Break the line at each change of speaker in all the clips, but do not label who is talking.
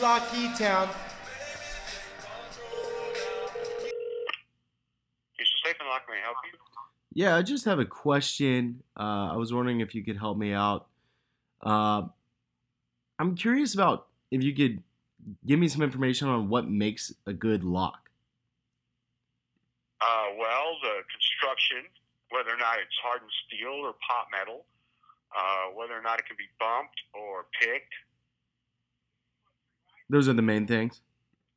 Lockheed Town.
Mr. Safe and Lock, may I help you?
Yeah, I just have a question. Uh, I was wondering if you could help me out. Uh, I'm curious about if you could give me some information on what makes a good lock.
Uh, well, the construction, whether or not it's hardened steel or pot metal, uh, whether or not it can be bumped or picked.
Those are the main things.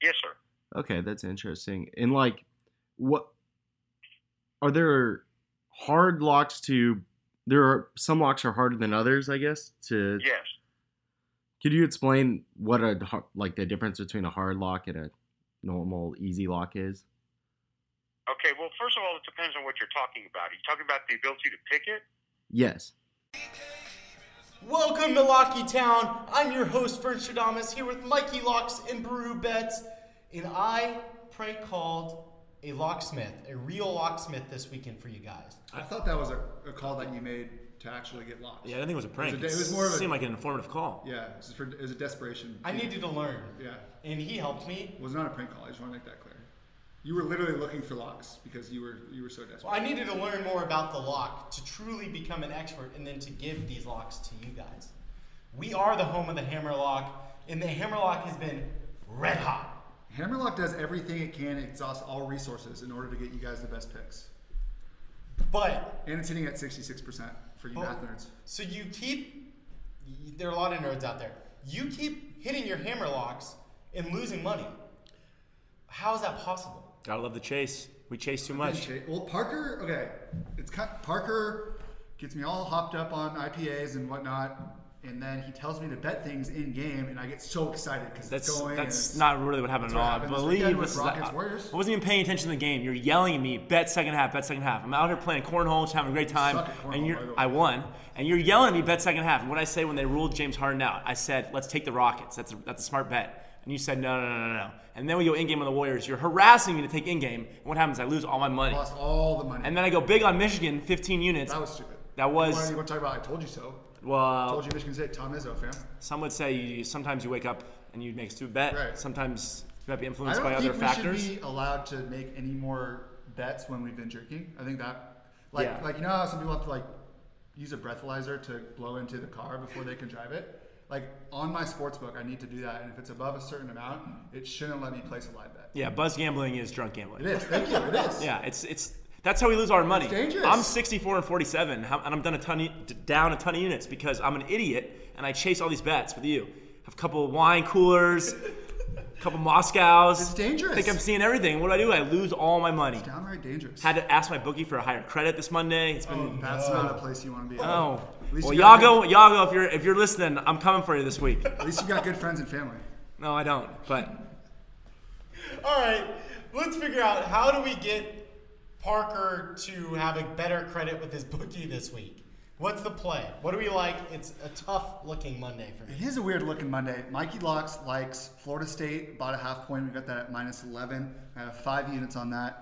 Yes, sir.
Okay, that's interesting. And like, what are there hard locks to? There are some locks are harder than others, I guess. To
Yes.
could you explain what a har- like the difference between a hard lock and a normal easy lock is?
Okay, well, first of all, it depends on what you're talking about. Are you talking about the ability to pick it?
Yes.
Welcome to Locky Town. I'm your host, Furniture Damas, here with Mikey Locks and Brew Betts. And I prank called a locksmith, a real locksmith this weekend for you guys.
I thought that was a, a call that you made to actually get locked.
Yeah, I think it was a prank.
It was, a, it was more of a
seemed like an informative call.
yeah. It was, for, it was a desperation.
I needed to learn.
Yeah.
And he helped me.
It was not a prank call. I just want to make that clear. You were literally looking for locks because you were you were so desperate.
Well, I needed to learn more about the lock to truly become an expert and then to give these locks to you guys. We are the home of the hammer lock, and the hammer lock has been red hot.
Hammerlock does everything it can, it exhausts all resources in order to get you guys the best picks,
But
and it's hitting at 66% for you
Oh.
math nerds.
So you keep. y- There are a lot of nerds out there. You keep hitting your hammer locks and losing money. How is that possible?
Gotta love the chase. We chase too much.
Okay, Well, Parker, okay, it's kind, Parker gets me all hopped up on IPAs and whatnot, and then he tells me to bet things in game, and I get so excited because it's
That's
going. and
that's
it's-
not really what happened at
what
all. I
happened this
believe
weekend with
this is. I,
Rockets Warriors.
I wasn't even paying attention to the game. You're yelling at me. Bet second half. Bet second half. I'm out here playing cornhole, just having a great time,
Suck at cornhole,
and you're.
by the way.
I won, and you're yelling at me. Bet second half. And what I say when they ruled James Harden out, I said, "Let's take the Rockets. That's a, that's a smart bet." And you said, "No, no, no, no, no." And then we go in game on the Warriors. You're harassing me to take in game, and what happens? I lose all my money.
Lost all the money.
And then I go big on Michigan, 15 units.
that was stupid.
That
Why do
was
you want to talk about? I told you so.
well.
told you Michigan State. Tom Izzo, fam.
Some would say you, sometimes you wake up and you make a stupid bet.
Right.
Sometimes you might be
I
influenced
don't
by
think we
other factors.
should be allowed to make any more bets when we've been drinking. I think that, like,
Yeah.
like you know how some people have to like use a breathalyzer to blow into the car before they can drive it. Like on my sports book, I need to do that, and if it's above a certain amount, it shouldn't let me place a live bet.
Yeah, buzz gambling is drunk gambling.
It is. Thank you. It is.
Yeah, it's it's that's how we lose our money.
dangerous.
I'm 64 and 47, and I'm done a ton of, d- down a ton of units because I'm an idiot and I chase all these bets with you. Have a couple of wine coolers, a couple of Moscows.
It's dangerous.
Think I'm seeing everything. What do I do? I lose all my money.
Downright dangerous.
Had to ask my bookie for a higher credit this Monday. It's been
That's not a place you want to be. at.
oh.
At least
Well,
you got
Yago,
good-
Yago, if you're if you're listening, I'm coming for you this week.
At least you got good friends and family.
No, I don't. But
All right, let's figure out how do we get Parker to have a better credit with his bookie this week. What's the play? What do we like? It's a tough looking Monday for me.
It is a weird looking Monday. Mikey Locks likes Florida State, bought a half point. We got that at minus 11. I have five units on that.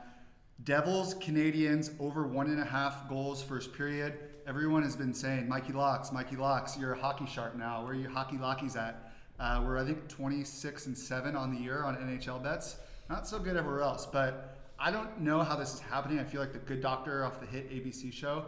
Devils, Canadians, over one and a half goals first period. Everyone has been saying, Mikey Locks, Mikey Locks, you're a hockey sharp now. Where are your hockey lockies at? Uh, we're, I think, 26 and 7 on the year on NHL bets. Not so good everywhere else, but I don't know how this is happening. I feel like the good doctor off the hit ABC show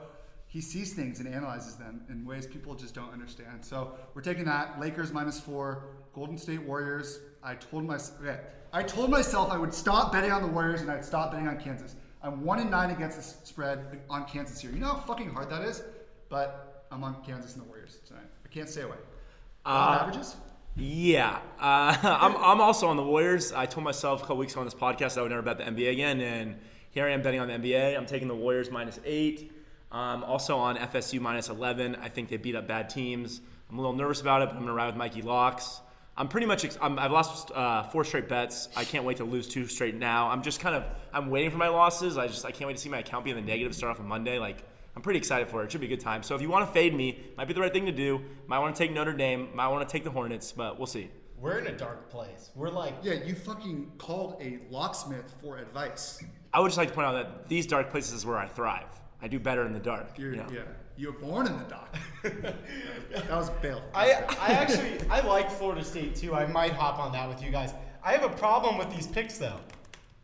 he sees things and analyzes them in ways people just don't understand. So we're taking that Lakers minus four, Golden State Warriors. I told myself, okay, I told myself I would stop betting on the Warriors and I'd stop betting on Kansas. I'm one in nine against the s- spread on Kansas here. You know how fucking hard that is, but I'm on Kansas and the Warriors tonight. I can't stay away. Uh, averages?
Yeah, uh, I'm, I'm also on the Warriors. I told myself a couple weeks ago on this podcast that I would never bet the NBA again, and here I am betting on the NBA. I'm taking the Warriors minus eight. Um, also on FSU minus 11. I think they beat up bad teams. I'm a little nervous about it, but I'm going to ride with Mikey Locks. I'm pretty much, ex- I'm, I've lost uh, four straight bets. I can't wait to lose two straight now. I'm just kind of, I'm waiting for my losses. I just, I can't wait to see my account be in the negative start off on Monday. Like, I'm pretty excited for it. It should be a good time. So if you want to fade me, might be the right thing to do. Might want to take Notre Dame. Might want to take the Hornets, but we'll see.
We're in a dark place. We're like,
Yeah, you fucking called a locksmith for advice.
I would just like to point out that these dark places is where I thrive. I do better in the dark.
You're,
you know?
Yeah, you were born in the dock. that was Bill.
I, I actually, I like Florida State too. I might hop on that with you guys. I have a problem with these picks though.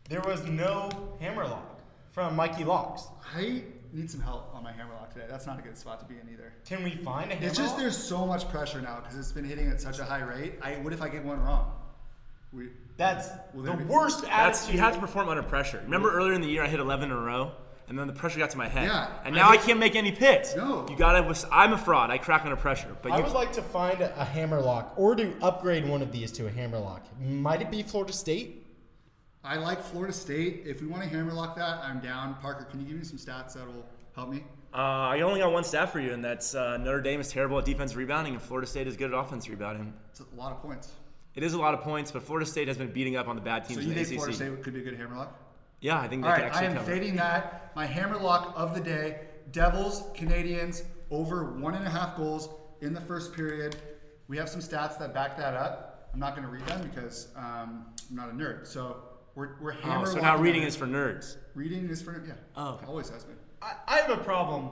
There was no hammer lock from Mikey Locks.
I need some help on my hammerlock today. That's not a good spot to be in either.
Can we find a hammer
It's just
lock?
there's so much pressure now because it's been hitting at such a high rate. I what if I get one wrong? We,
That's
Will
the
there be-
worst
That's
attitude.
you have to perform under pressure. Remember earlier in the year I hit 11 in a row, and then the pressure got to my head.
Yeah,
and
I
now I,
just-
can't make any picks.
No.
you gotta. I'm a fraud. I crack under pressure. But
I
you,
would like to find a a hammer lock or to upgrade one of these to a hammer lock. Might it be Florida State?
I like Florida State. If we want to hammerlock that, I'm down. Parker, can you give me some stats that'll help me?
uh, I only got one stat for you, and that's uh, Notre Dame is terrible at defense rebounding, and Florida State is good at offense rebounding.
It's a lot of points.
It is a lot of points, but Florida State has been beating up on the bad
So
teams
you
in the
think
ACC.
Florida State could be a good hammerlock?
Yeah, I think they
All
can
right, I
actually
am
cover.
fading that. My hammerlock of the day: Devils Canadians over one and a half goals in the first period. We have some stats that back that up. I'm not going to read them because um, I'm not a nerd. So we're we're
Oh,
hammer.
so now reading
locking
is for nerds.
Reading is for yeah.
Oh, okay.
always has been.
I, I have a problem.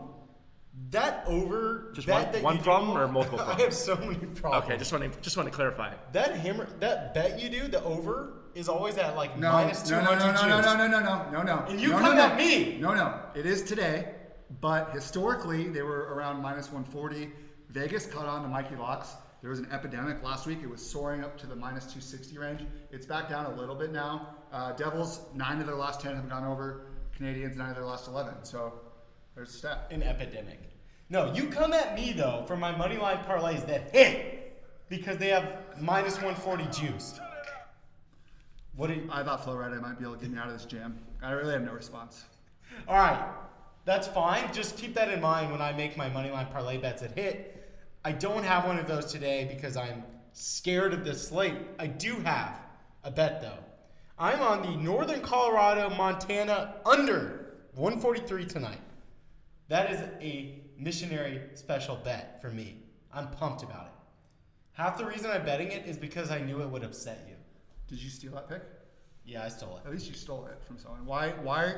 That over
Just
bet
one-
that
one
you
problem
do,
or multiple
I have
problems?
so many problems.
Okay, just want to just want to clarify.
that hammer that bet you do the over is always at like
No,
minus two
no, no,
hundred.
no, no, no, no, no, no, no, no.
And you
no,
come
no,
at
no.
me.
No, no. It is today, but historically they were around minus 140. Vegas caught on to Mikey Locks. There was an epidemic last week. It was soaring up to the minus 260 range. It's back down a little bit now. Uh, Devils nine of their last ten have gone over. Canadians nine of their last eleven. So there's a stat.
An epidemic. No, you come at me though for my money line parlays that hit because they have minus one forty juice. What? do you,
I thought Florida might be able to get me out of this jam. I really have no response.
all right, that's fine. Just keep that in mind when I make my money line parlay bets that hit. I don't have one of those today because I'm scared of this slate. I do have a bet though. I'm on the Northern Colorado Montana under 143 tonight. That is a missionary special bet for me. I'm pumped about it. Half the reason I'm betting it is because I knew it would upset you.
Did you steal that pick?
Yeah, I stole
At
it.
least you stole it from someone. Why? Why?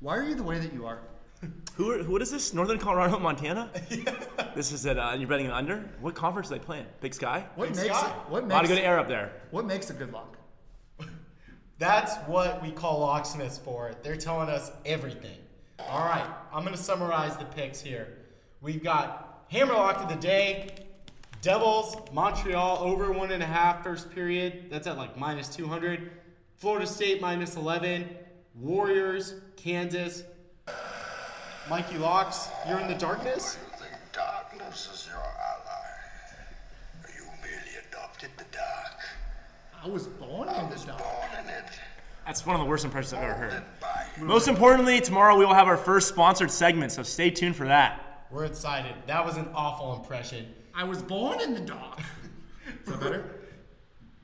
Why are you the way that you are?
Who are, what is this? Northern Colorado, Montana. This is it. Uh, you're betting an under. What conference are they playing? Big Sky.
What
Big
makes
Sky.
what
A lot of
makes
good air up there.
what makes a good lock?
That's what we call locksmiths for. They're telling us everything. All right, I'm going to summarize the picks here. We've got Hammerlock of the Day, Devils, Montreal over one and a half first period. That's at like minus 200. Florida State minus 11. Warriors, Kansas. Mikey Locks, you're in the darkness?
You think darkness is your ally? You merely adopted the dark.
I was born
I
in
was
this dog.
born in it,
That's one of the worst impressions I've ever heard.
molded by it.
Most importantly, tomorrow we will have our first sponsored segment, so stay tuned for that.
We're excited. That was an awful impression.
I was born in the dog. Is that better?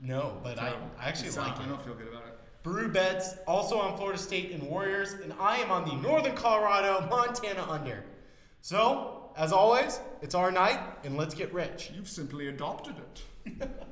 No, but I, I actually
It's
like
not-
it.
I don't feel good about it.
Brew bets also on Florida State and Warriors, and I am on the Northern Colorado Montana under. So, as always, it's our night, and let's get rich.
You've simply adopted it.